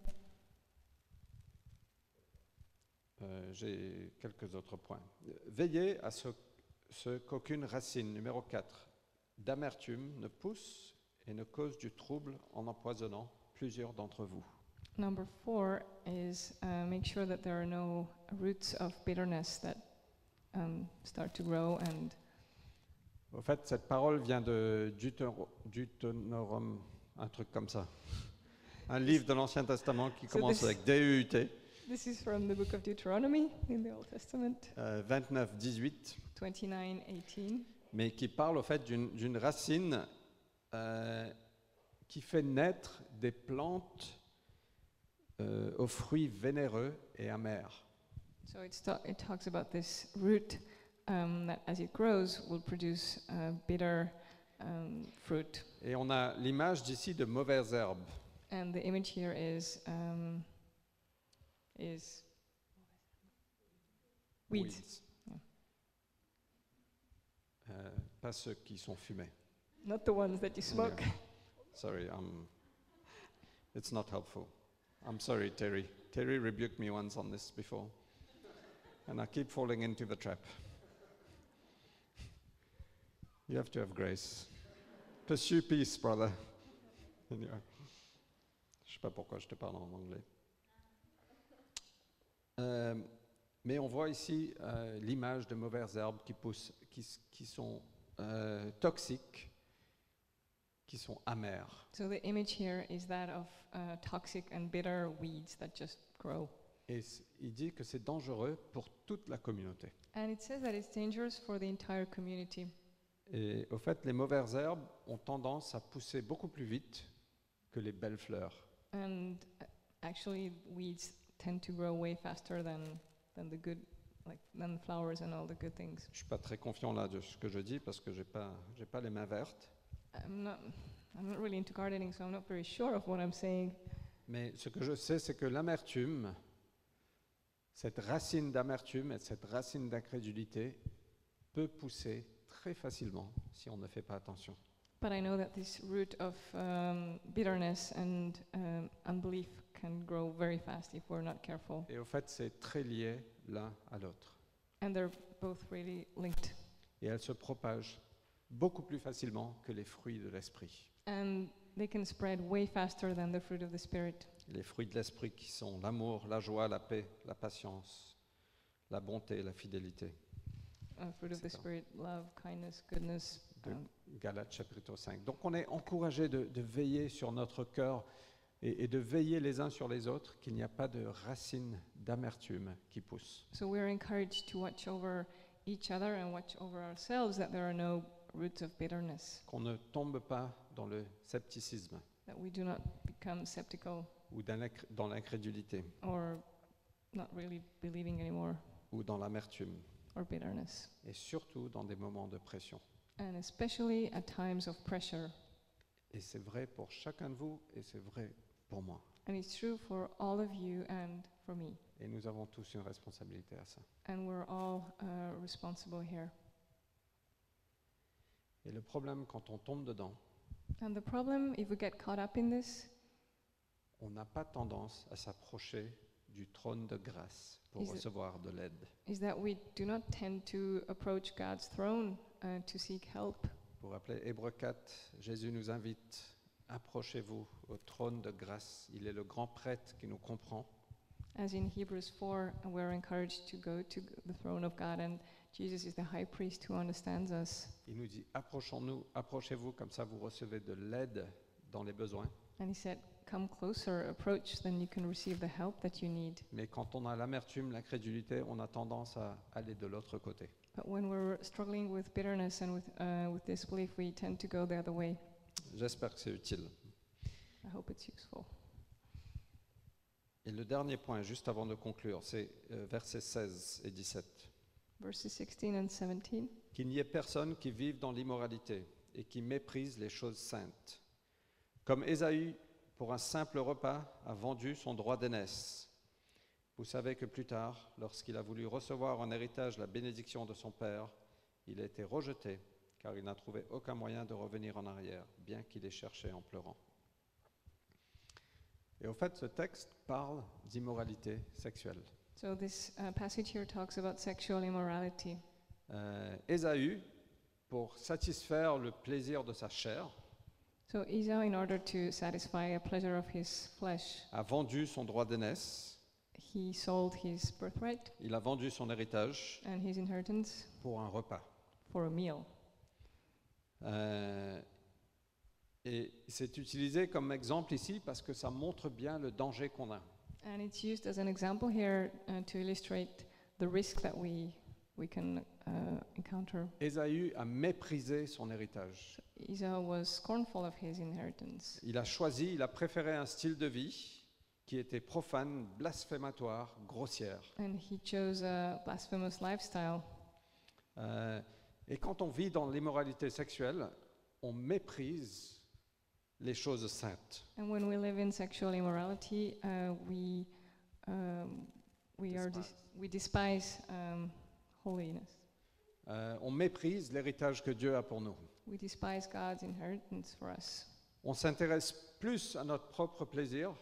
Speaker 1: Euh, J'ai quelques autres points. Euh, Veillez à ce, ce qu'aucune racine, numéro 4, d'amertume ne pousse et ne cause du trouble en empoisonnant plusieurs d'entre vous.
Speaker 2: Number four is uh, make sure that there are no roots of bitterness that um, start to grow and
Speaker 1: Au fait, cette parole vient de Deutéro- Deutéronome, un truc comme ça. Un livre de l'Ancien Testament qui
Speaker 2: So
Speaker 1: commence
Speaker 2: this-
Speaker 1: avec E DUT,
Speaker 2: This is from the book of Deuteronomy in the Old Testament,
Speaker 1: euh, 29-18,
Speaker 2: 29:18,
Speaker 1: mais qui parle au fait d'une d'une racine euh, qui fait naître des plantes euh, aux fruits vénéreux et amers.
Speaker 2: So it's ta- it talks about this root um, that, as it grows, will produce uh, bitter um, fruit.
Speaker 1: Et on a l'image d'ici de mauvaises herbes.
Speaker 2: And the image here is um, is weeds. Yeah.
Speaker 1: Euh, pas ceux qui sont fumés.
Speaker 2: not the ones that you smoke.
Speaker 1: Sorry, um, it's not helpful. I'm sorry, Terry. Terry rebuked me once on this before, and I keep falling into the trap. You have to have grace. Pursue peace, brother. Anyway. Je sais pas pourquoi je te parle en anglais. Euh, mais on voit ici euh, l'image de mauvaises herbes qui poussent, qui, s- qui sont euh, toxiques, qui sont amères.
Speaker 2: So the image here is that of uh, toxic and bitter weeds that just grow.
Speaker 1: Et c- il dit que c'est dangereux pour toute la communauté.
Speaker 2: And it says that it's dangerous for the entire community.
Speaker 1: Et au fait, les mauvaises herbes ont tendance à pousser beaucoup plus vite que les belles fleurs.
Speaker 2: And uh, actually, weeds tend to grow way faster than than the good, like than the flowers and all the good things.
Speaker 1: Je suis pas très confiant là de ce que je dis parce que j'ai pas j'ai pas les mains vertes.
Speaker 2: I'm not, I'm not really into gardening, so I'm not very sure of what I'm saying.
Speaker 1: Mais ce que je sais, c'est que l'amertume, cette racine d'amertume et cette racine d'incrédulité peut pousser très facilement si on ne fait pas attention.
Speaker 2: But I know that this root of um, bitterness and um, unbelief can grow very fast if we're not careful,
Speaker 1: Et au fait, c'est très lié l'un à l'autre.
Speaker 2: and they're both really linked.
Speaker 1: Et elle se propage beaucoup plus facilement que les fruits de l'esprit.
Speaker 2: And they can spread way faster than the fruit of the spirit.
Speaker 1: Les fruits de l'esprit qui sont l'amour, la joie, la paix, la patience, la bonté, la fidélité.
Speaker 2: Uh, fruit of the
Speaker 1: Super.
Speaker 2: spirit, love, kindness, goodness.
Speaker 1: De-
Speaker 2: um,
Speaker 1: Galates chapitre 5. Donc on est encouragé de, de veiller sur notre cœur et, et de veiller les uns sur les autres qu'il n'y a pas de racine d'amertume qui pousse.
Speaker 2: so we're encouraged to watch over each other and watch over ourselves that there are no roots of bitterness,
Speaker 1: qu'on ne tombe pas dans le scepticisme
Speaker 2: that we do not become sceptical
Speaker 1: ou dans l'inc- dans l'incrédulité
Speaker 2: or not really believing anymore
Speaker 1: ou dans l'amertume
Speaker 2: or bitterness.
Speaker 1: et surtout dans des moments de pression.
Speaker 2: And especially at times of pressure.
Speaker 1: Et c'est vrai pour chacun de vous et c'est vrai pour moi.
Speaker 2: And it's true for all of you and for me.
Speaker 1: Et nous avons tous une responsabilité à ça.
Speaker 2: And we're all uh, responsible here.
Speaker 1: Et le problème quand on tombe dedans,
Speaker 2: And the problem, if we get caught up in this,
Speaker 1: on n'a pas tendance à s'approcher du trône de grâce pour
Speaker 2: Is it-
Speaker 1: recevoir de l'aide,
Speaker 2: is that we do not tend to approach God's throne uh, to seek help.
Speaker 1: Pour rappeler Hébreu 4, Jésus nous invite, approchez-vous au trône de grâce. Il est le grand prêtre qui nous comprend.
Speaker 2: As in Hebrews 4, we're encouraged to go to the throne of God, and Jesus is the high priest who understands us.
Speaker 1: Il nous dit, approchons-nous, approchez-vous, comme ça vous recevez de l'aide dans les besoins.
Speaker 2: And he said, Come closer, approach, then you can receive the help that you need.
Speaker 1: Mais quand on a l'amertume, la crédulité, on a tendance à aller de l'autre côté.
Speaker 2: But when we're struggling with bitterness and with, uh, with disbelief, we tend to go the other way.
Speaker 1: J'espère que c'est utile.
Speaker 2: I hope it's useful.
Speaker 1: Et le dernier point, juste avant de conclure, c'est euh, versets 16 et 17.
Speaker 2: Verses 16 and 17.
Speaker 1: Qu'il n'y ait personne qui vive dans l'immoralité et qui méprise les choses saintes. Comme Ésaü, pour un simple repas, a vendu son droit d'aînesse. Vous savez que plus tard, lorsqu'il a voulu recevoir en héritage la bénédiction de son père, il a été rejeté, car il n'a trouvé aucun moyen de revenir en arrière, bien qu'il ait cherché en pleurant. Et au fait, ce texte parle d'immoralité sexuelle.
Speaker 2: So this uh, passage here talks about sexual immorality.
Speaker 1: Euh, Ésaü, pour satisfaire le plaisir de sa chair,
Speaker 2: So Esau, in order to satisfy a pleasure of his flesh,
Speaker 1: a vendu son droit d'aînesse,
Speaker 2: he sold his birthright
Speaker 1: il a vendu son héritage
Speaker 2: and his inheritance
Speaker 1: pour un repas.
Speaker 2: for a meal.
Speaker 1: Euh, et c'est utilisé comme exemple ici parce que ça montre bien le danger qu'on a.
Speaker 2: And it's used as an example here uh, to illustrate the risk that we, we can uh, encounter.
Speaker 1: Ésaü a méprisé son héritage.
Speaker 2: Esau was scornful of his inheritance.
Speaker 1: Il a choisi, il a préféré un style de vie qui était profane, blasphématoire, grossière.
Speaker 2: And he chose a blasphemous lifestyle.
Speaker 1: Euh, et quand on vit dans l'immoralité sexuelle, on méprise les choses saintes.
Speaker 2: And when we live in sexual immorality, uh, we, um, we, Are dis-
Speaker 1: Despise.
Speaker 2: we despise um, holiness.
Speaker 1: Euh, on méprise l'héritage que Dieu a pour nous.
Speaker 2: We despise God's inheritance for us.
Speaker 1: On s'intéresse plus à notre propre plaisir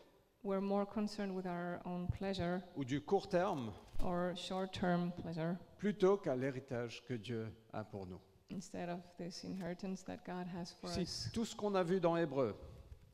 Speaker 2: We're more concerned with our own pleasure
Speaker 1: ou du court terme
Speaker 2: or short term pleasure
Speaker 1: plutôt qu'à l'héritage que Dieu a pour nous.
Speaker 2: instead of this inheritance that God has for
Speaker 1: Si
Speaker 2: us.
Speaker 1: tout ce qu'on a vu dans Hébreu,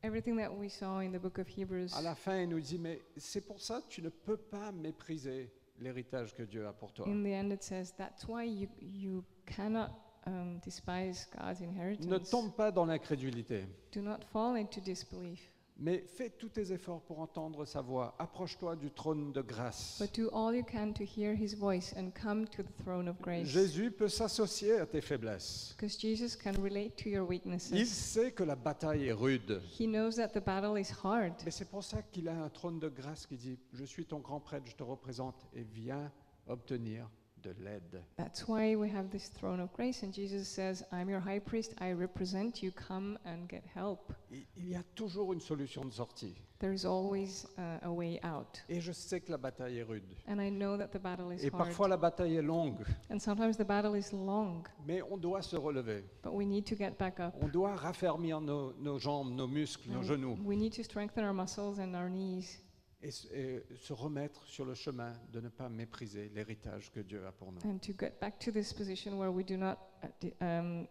Speaker 2: Everything that we saw in the book of Hebrews,
Speaker 1: à la fin, il nous dit, mais c'est pour ça que tu ne peux pas mépriser l'héritage que Dieu a pour toi.
Speaker 2: in the end, it says that's why you, you cannot um, despise God's
Speaker 1: Ne
Speaker 2: inheritance.
Speaker 1: tombe pas dans l'incrédulité,
Speaker 2: Do not fall into disbelief,
Speaker 1: mais fais tous tes efforts pour entendre sa voix. Approche-toi du trône de grâce.
Speaker 2: but do all you can to hear his voice and come to the throne of grace.
Speaker 1: Jésus peut s'associer à tes faiblesses.
Speaker 2: Because Jesus can relate to your
Speaker 1: Il
Speaker 2: weaknesses.
Speaker 1: sait que la bataille est rude.
Speaker 2: He knows that the battle is hard.
Speaker 1: Mais c'est pour ça qu'il a un trône de grâce qui dit Je suis ton grand prêtre, je te représente et viens obtenir de l'aide.
Speaker 2: That's why we have this throne of grace, and Jesus says, I'm your high priest, I represent you, come and get help.
Speaker 1: Il il y a toujours une solution de sortie.
Speaker 2: There is always uh, a way out.
Speaker 1: Et je sais que la bataille est rude.
Speaker 2: And I know that the battle is
Speaker 1: Et
Speaker 2: hard.
Speaker 1: parfois la bataille est longue,
Speaker 2: And sometimes the battle is long,
Speaker 1: mais on doit se relever.
Speaker 2: but we need to get back up.
Speaker 1: On doit raffermir nos, nos jambes, nos muscles, nos
Speaker 2: And
Speaker 1: genoux
Speaker 2: We need to strengthen our muscles and our knees
Speaker 1: et, s- et se remettre sur le chemin de ne pas mépriser l'héritage que Dieu a pour nous.
Speaker 2: and to get back to this position where we do not uh, di- um,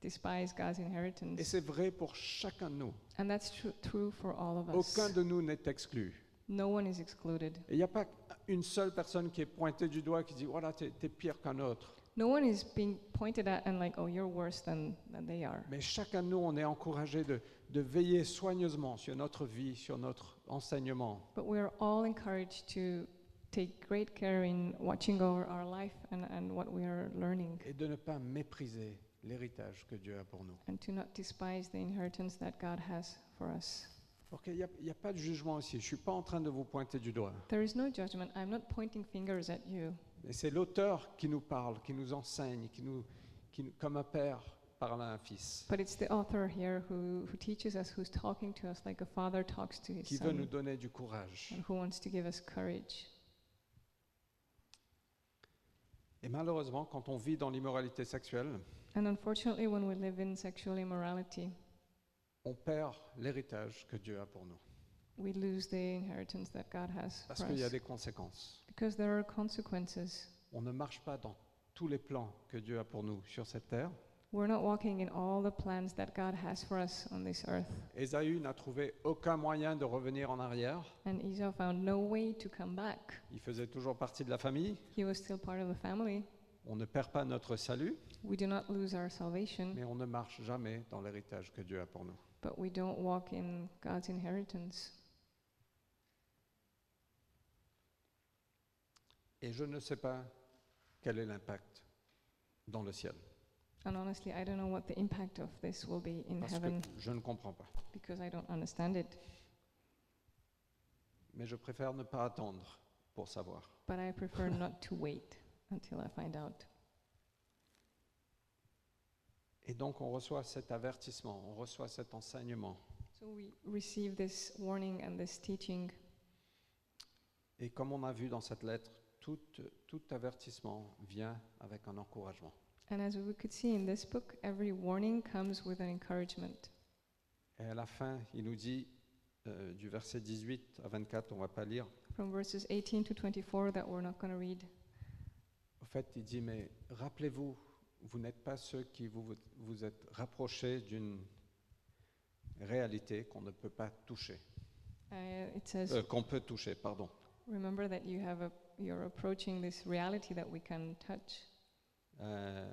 Speaker 2: despise God's
Speaker 1: Et
Speaker 2: inheritance.
Speaker 1: c'est vrai pour chacun de nous.
Speaker 2: And that's true, true for all of us.
Speaker 1: Aucun de nous n'est exclu.
Speaker 2: No one is excluded.
Speaker 1: Et il n'y a pas une seule personne qui est pointée du doigt qui dit voilà, t'es t'es pire qu'un autre.
Speaker 2: No one is being pointed at and like, oh, you're worse than, than they are.
Speaker 1: Mais chacun de nous, on est encouragé de, de veiller soigneusement sur notre vie, sur notre enseignement.
Speaker 2: But we are all encouraged to take great care in watching over our life and, and what we are learning,
Speaker 3: et de ne pas mépriser l'héritage que Dieu a pour nous.
Speaker 2: and to not despise the inheritance that God has for us.
Speaker 1: Ok, il n'y a, il y a pas de jugement ici. Je ne suis pas en train de vous pointer du doigt.
Speaker 2: There is no judgment. I'm not pointing fingers at you.
Speaker 1: Mais c'est l'auteur qui nous parle, qui nous enseigne, qui nous, qui nous- comme un père parle à un fils,
Speaker 2: But it's the author here who, who teaches us, who's talking to us like a father talks to his
Speaker 1: qui veut nous
Speaker 2: son,
Speaker 1: donner du courage.
Speaker 2: and who wants to give us courage.
Speaker 1: Et malheureusement, quand on vit dans l'immoralité sexuelle,
Speaker 2: And unfortunately, when we live in sexual immorality,
Speaker 1: on perd l'héritage que Dieu a pour nous.
Speaker 2: we lose the inheritance that God has
Speaker 1: Parce
Speaker 2: for
Speaker 1: qu'il y a
Speaker 2: us.
Speaker 1: des conséquences.
Speaker 2: Because there are consequences.
Speaker 1: On ne marche pas dans tous les plans que Dieu a pour nous sur cette terre.
Speaker 2: We're not walking in all the plans that God has for us on this earth.
Speaker 1: Ésaü n'a trouvé aucun moyen de revenir en arrière.
Speaker 2: And Esau found no way to come back.
Speaker 1: Il faisait toujours partie de la famille.
Speaker 2: He was still part of the family.
Speaker 1: On ne perd pas notre salut,
Speaker 2: We do not lose our salvation,
Speaker 1: mais on ne marche jamais dans l'héritage que Dieu a pour nous.
Speaker 2: but we don't walk in God's inheritance.
Speaker 1: Et je ne sais pas quel est l'impact dans le ciel.
Speaker 2: And honestly, I don't know what the impact of this will be in
Speaker 1: Parce
Speaker 2: heaven
Speaker 1: que je ne comprends pas.
Speaker 2: because I don't understand it.
Speaker 1: Mais je préfère ne pas attendre pour savoir.
Speaker 2: But I prefer not to wait until I find out.
Speaker 1: Et donc on reçoit cet avertissement, on reçoit cet enseignement.
Speaker 2: So we receive this warning and this teaching.
Speaker 1: Et comme on a vu dans cette lettre, tout, tout avertissement vient avec un encouragement.
Speaker 2: And as we could see in this book, every warning comes with an encouragement.
Speaker 1: Et à la fin, il nous dit, euh, du verset 18 à 24, on ne va pas lire,
Speaker 2: From verses 18 to 24, that we're not going to read,
Speaker 1: Au fait, il dit, mais rappelez-vous, vous n'êtes pas ceux qui vous, vous- vous êtes rapprochés d'une réalité qu'on ne peut pas toucher,
Speaker 2: uh, it says,
Speaker 1: Euh, qu'on peut toucher, pardon.
Speaker 2: Remember that you have a, you're approaching this reality that we can touch.
Speaker 1: Euh,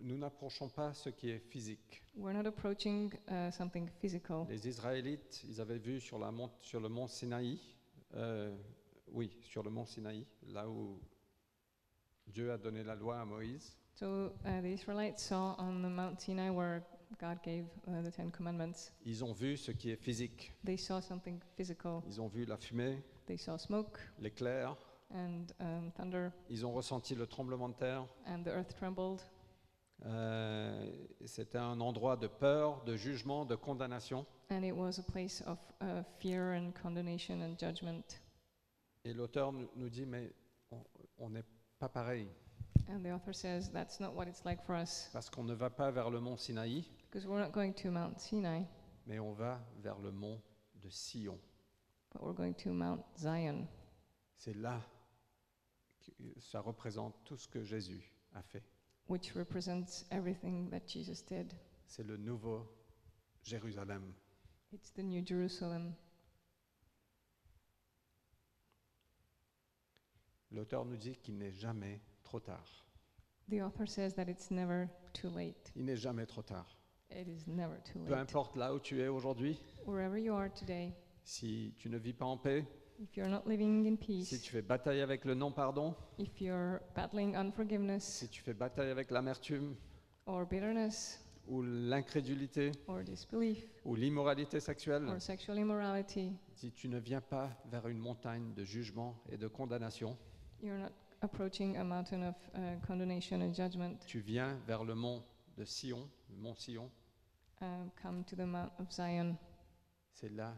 Speaker 1: nous n'approchons pas ce qui est physique.
Speaker 2: We're not approaching uh, something physical.
Speaker 1: Les Israélites, ils avaient vu sur, la mont- sur le mont Sinaï, euh, oui, sur le mont Sinaï, là où Dieu a donné la loi à Moïse,
Speaker 2: So uh, the Israelites saw on the Mount Sinai where God gave uh, the Ten Commandments,
Speaker 1: ils ont vu ce qui est physique.
Speaker 2: they saw something physical.
Speaker 1: Ils ont vu la fumée,
Speaker 2: They saw smoke
Speaker 1: l'éclair,
Speaker 2: and um, thunder,
Speaker 1: ils ont ressenti le tremblement de terre.
Speaker 2: and the earth trembled.
Speaker 1: Euh, c'était un endroit de peur, de jugement, de condamnation.
Speaker 2: And it was a place of uh, fear and condemnation and judgment.
Speaker 1: Et l'auteur nous nous dit, mais on- on n'est pas pareil,
Speaker 2: And the author says that's not what it's like for us,
Speaker 1: parce qu'on ne va pas vers le mont Sinaï,
Speaker 2: because we're not going to Mount Sinai,
Speaker 1: mais on va vers le mont de Sion.
Speaker 2: but we're going to Mount Zion.
Speaker 1: C'est là que ça représente tout ce que Jésus a fait.
Speaker 2: which represents everything that Jesus did.
Speaker 1: C'est le nouveau Jérusalem.
Speaker 2: It's the New Jerusalem.
Speaker 1: L'auteur nous dit qu'il n'est jamais trop tard.
Speaker 2: The author says that it's never too late.
Speaker 1: Il n'est jamais trop tard.
Speaker 2: It is never too
Speaker 1: Peu
Speaker 2: late.
Speaker 1: importe là où tu es aujourd'hui,
Speaker 2: Wherever you are today,
Speaker 1: si tu ne vis pas en paix,
Speaker 2: if you're not living in
Speaker 1: si
Speaker 2: peace,
Speaker 1: tu fais bataille avec le non-pardon,
Speaker 2: if you're battling unforgiveness
Speaker 1: Si tu fais bataille avec l'amertume
Speaker 2: or bitterness
Speaker 1: ou l'incrédulité
Speaker 2: or disbelief
Speaker 1: ou l'immoralité sexuelle,
Speaker 2: or sexual immorality,
Speaker 1: si tu ne viens pas vers une montagne de jugement et de condamnation,
Speaker 2: you're not approaching a mountain of uh, condemnation and judgment.
Speaker 1: tu viens vers le mont de Sion, le mont Sion,
Speaker 2: Um, come to the Mount of Zion.
Speaker 1: c'est là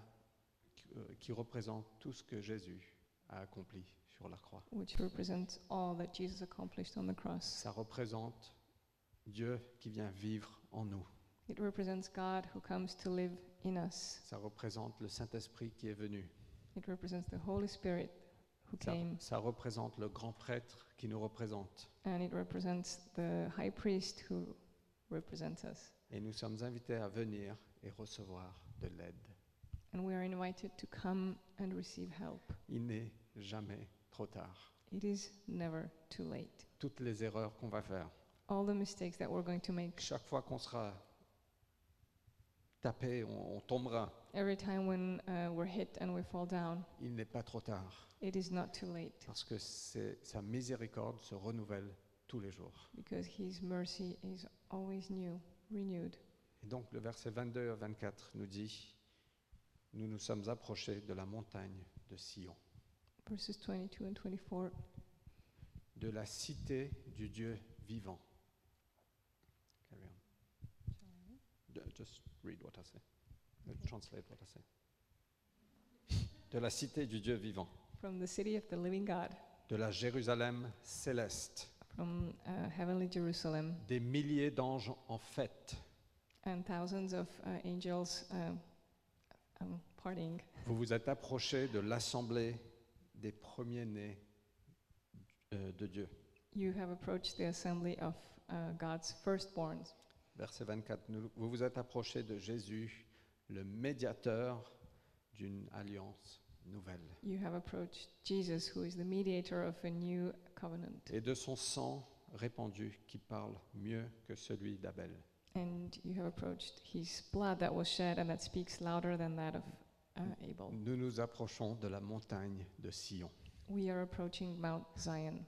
Speaker 1: euh, qui représente tout ce que Jésus a accompli sur la croix.
Speaker 2: Which represents all that Jesus accomplished on the cross.
Speaker 1: Ça représente Dieu qui vient vivre en nous.
Speaker 2: It represents God who comes to live in us.
Speaker 1: Ça représente le Saint-Esprit qui est venu.
Speaker 2: It represents the Holy Spirit who
Speaker 1: Ça,
Speaker 2: came,
Speaker 1: ça représente le grand prêtre qui nous représente.
Speaker 2: and it represents the high priest who represents us.
Speaker 1: Et nous sommes invités à venir et recevoir de l'aide.
Speaker 2: And we are invited to come and receive help.
Speaker 1: Il n'est jamais trop tard.
Speaker 2: It is never too late.
Speaker 1: Toutes les erreurs qu'on va faire,
Speaker 2: All the mistakes that we're going to make
Speaker 1: chaque fois qu'on sera tapé, on, on tombera.
Speaker 2: Every time when uh, we're hit and we fall down,
Speaker 3: Il n'est pas trop tard,
Speaker 2: it is not too late
Speaker 3: parce que c'est- sa miséricorde se renouvelle tous les jours.
Speaker 2: because His mercy is always new, renewed.
Speaker 1: Et donc le verset 22 à 24 nous dit, nous nous sommes approchés de la montagne de Sion,
Speaker 2: Verses 22 and 24
Speaker 3: De la cité du Dieu vivant.
Speaker 1: Carry on. D- Just read what I say. Uh,
Speaker 2: Okay.
Speaker 1: Translate what I say. De la cité du Dieu vivant,
Speaker 2: from the city of the living God,
Speaker 1: de la Jérusalem céleste,
Speaker 2: from uh, heavenly Jerusalem,
Speaker 1: des milliers d'anges en fête.
Speaker 2: and thousands of uh, angels um, um, partying.
Speaker 1: Vous vous êtes approchés de l'assemblée des premiers-nés euh, de Dieu.
Speaker 2: You have approached the assembly of uh, God's firstborns.
Speaker 1: Verset 24. Nous- vous vous êtes approchés de Jésus, le médiateur d'une alliance nouvelle,
Speaker 2: You have approached Jesus, who is the mediator of a new covenant,
Speaker 1: et de son sang répandu qui parle mieux que celui d'Abel.
Speaker 2: and you have approached his blood that was shed and that speaks louder than that of uh, Abel.
Speaker 1: Nous nous approchons de la montagne de Sion.
Speaker 2: We are approaching Mount Zion.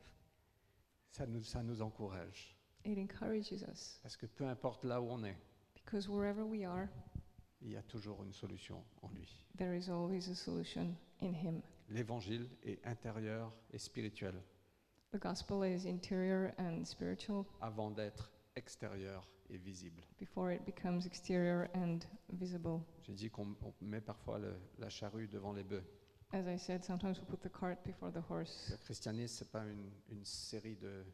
Speaker 3: Ça nous, ça nous encourage,
Speaker 2: It encourages us
Speaker 3: parce que peu importe là où on est,
Speaker 2: because wherever we are,
Speaker 3: il y a toujours une solution en lui.
Speaker 2: there is always a solution in him.
Speaker 1: L'évangile est intérieur et spirituel
Speaker 2: The gospel is interior and spiritual
Speaker 1: avant d'être extérieur et visible.
Speaker 2: before it becomes exterior and visible.
Speaker 1: J'ai dit qu'on on met parfois le- la charrue devant les bœufs.
Speaker 2: As I said, sometimes we put the cart before the horse.
Speaker 1: Le christianisme, ce n'est pas une, une série de,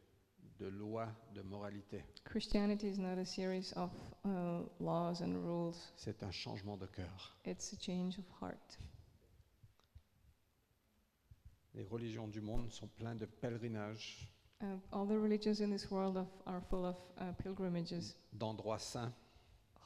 Speaker 1: de lois de moralité,
Speaker 2: Christianity is not a series of uh, laws and rules.
Speaker 1: c'est un changement de cœur.
Speaker 2: It's a change of heart.
Speaker 1: Les religions du monde sont pleines de pèlerinages,
Speaker 2: Uh, all the religions in this world of, are full of uh, pilgrimages,
Speaker 1: d'endroits saints,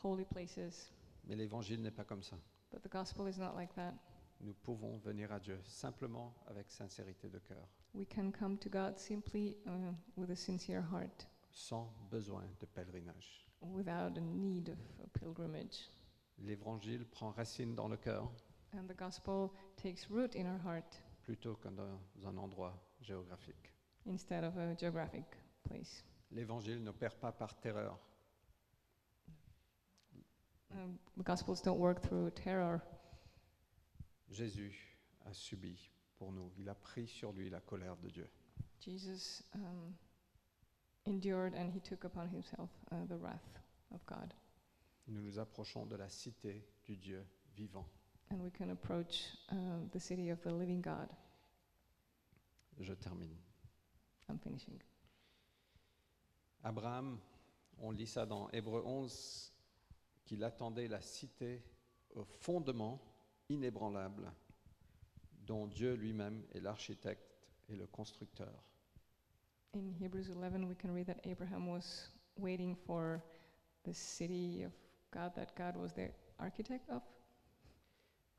Speaker 2: holy places,
Speaker 1: mais l'évangile n'est pas comme ça.
Speaker 2: but the gospel is not like that.
Speaker 1: Nous pouvons venir à Dieu simplement avec sincérité de cœur,
Speaker 2: We can come to God simply uh, with a sincere heart,
Speaker 1: sans besoin de pèlerinage.
Speaker 2: without a need of a pilgrimage.
Speaker 1: L'évangile prend racine dans le cœur
Speaker 2: And the gospel takes root in our heart
Speaker 1: plutôt que dans un endroit géographique.
Speaker 2: instead of a geographic place.
Speaker 1: L'évangile ne perd pas par terreur.
Speaker 2: Um, the gospels don't work through terror.
Speaker 1: Jésus a subi pour nous. Il a pris sur lui la colère de Dieu.
Speaker 2: Jesus um, endured and he took upon himself uh, the wrath of God.
Speaker 1: Nous nous approchons de la cité du Dieu vivant.
Speaker 2: and we can approach uh, the city of the living God.
Speaker 1: Je termine.
Speaker 2: I'm finishing.
Speaker 1: Abraham, on lit ça dans Hébreu 11, qu'il attendait la cité au fondement inébranlable dont Dieu lui-même est l'architecte et le constructeur.
Speaker 2: In Hebrews 11, we can read that Abraham was waiting for the city of God that God was the architect of,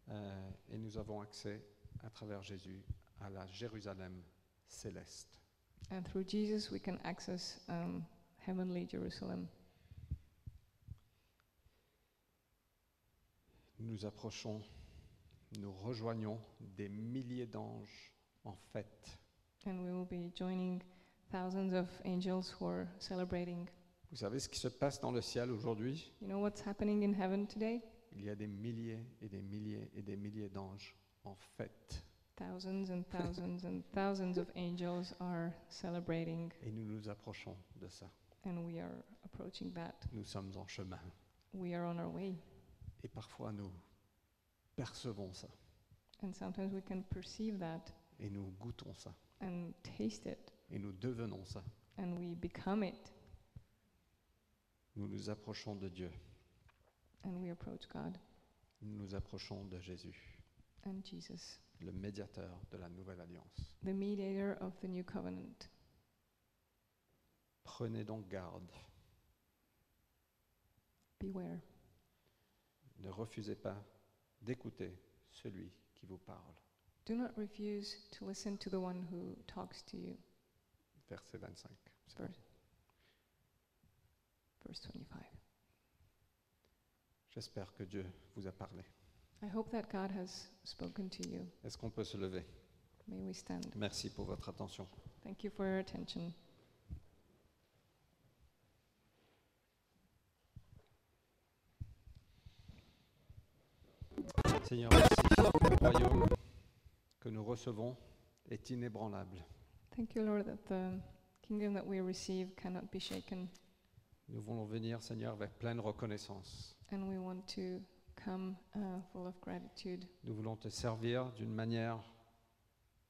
Speaker 1: Euh, et nous avons accès à travers Jésus à la Jérusalem céleste.
Speaker 2: and through Jesus we can access um, heavenly Jerusalem.
Speaker 1: Nous nous approchons, nous rejoignons des milliers d'anges en fête.
Speaker 2: And we will be joining thousands of angels who are celebrating.
Speaker 1: Vous savez ce qui se passe dans le ciel aujourd'hui
Speaker 2: You know what's happening in heaven today?
Speaker 1: Il y a des milliers et des milliers et des milliers d'anges en fête.
Speaker 2: Thousands and thousands and thousands of angels are celebrating,
Speaker 1: Et nous nous approchons de ça.
Speaker 2: and we are approaching that.
Speaker 1: Nous sommes en chemin.
Speaker 2: We are on our way.
Speaker 1: Et parfois nous percevons ça
Speaker 2: And sometimes we can perceive that
Speaker 1: et nous goûtons ça
Speaker 2: and taste it
Speaker 1: et nous devenons ça.
Speaker 2: and we become it
Speaker 1: Nous nous approchons de Dieu.
Speaker 2: and we approach God
Speaker 1: Nous nous approchons de Jésus,
Speaker 2: and Jesus,
Speaker 1: le médiateur de la nouvelle alliance.
Speaker 2: the mediator of the new covenant.
Speaker 1: Prenez donc garde.
Speaker 2: Beware.
Speaker 1: Ne refusez pas d'écouter celui qui vous parle.
Speaker 2: Do not refuse to listen to the one who talks to you.
Speaker 1: Verset 25. C'est
Speaker 2: Verse, verse 25.
Speaker 1: J'espère que Dieu vous a parlé.
Speaker 2: I hope that God has spoken to you.
Speaker 1: Est-ce qu'on peut se lever
Speaker 2: May we stand.
Speaker 1: Merci pour votre attention.
Speaker 2: Thank you for your attention.
Speaker 1: Seigneur, merci. Le royaume que nous recevons est inébranlable.
Speaker 2: Thank you, Lord, that the kingdom that we receive cannot be shaken,
Speaker 1: Nous voulons venir, Seigneur, avec pleine reconnaissance.
Speaker 2: and we want to come uh, full of gratitude,
Speaker 1: Nous voulons te servir d'une manière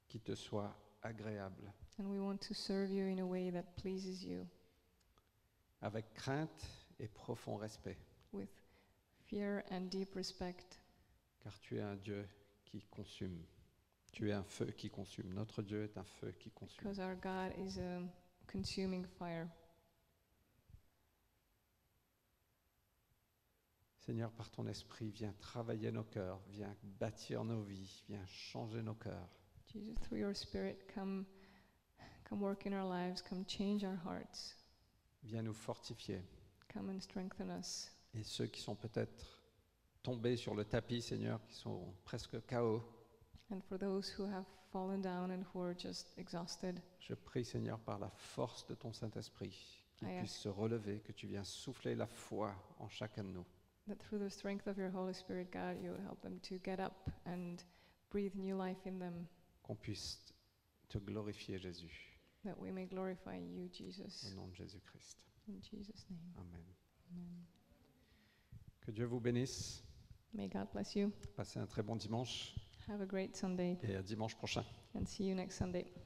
Speaker 1: qui te soit agréable,
Speaker 2: and we want to serve you in a way that pleases you,
Speaker 1: avec crainte et profond respect,
Speaker 2: with fear and deep respect,
Speaker 1: car tu es un Dieu qui consume. Tu es un feu qui consume. Notre Dieu est un feu qui consume.
Speaker 2: because our God is a consuming fire.
Speaker 1: Seigneur, par ton esprit, viens travailler nos cœurs, viens bâtir nos vies, viens changer nos cœurs.
Speaker 2: Jesus, through your Spirit, come, come work in our lives, come change our hearts,
Speaker 1: Viens nous fortifier.
Speaker 2: come and strengthen us.
Speaker 1: Et ceux qui sont peut-être tombés sur le tapis, Seigneur, qui sont presque chaos,
Speaker 2: And for those who have fallen down and who are just exhausted,
Speaker 1: je prie, Seigneur, par la force de ton Saint-Esprit, qu'ils
Speaker 2: Amen.
Speaker 1: puissent se relever, que tu viens souffler la foi en chacun de nous.
Speaker 2: that through the strength of your Holy Spirit, God, you would help them to get up and breathe new life in them,
Speaker 1: Qu'on puisse te glorifier, Jésus,
Speaker 2: that we may glorify you,
Speaker 1: au
Speaker 2: Jesus.
Speaker 1: nom de Jésus-Christ.
Speaker 2: In Jesus' name.
Speaker 1: Amen.
Speaker 2: Amen.
Speaker 1: Que Dieu vous bénisse.
Speaker 2: May God bless you.
Speaker 1: Passez un très bon dimanche
Speaker 2: Have a great Sunday
Speaker 1: et à dimanche prochain.
Speaker 2: and see you next Sunday.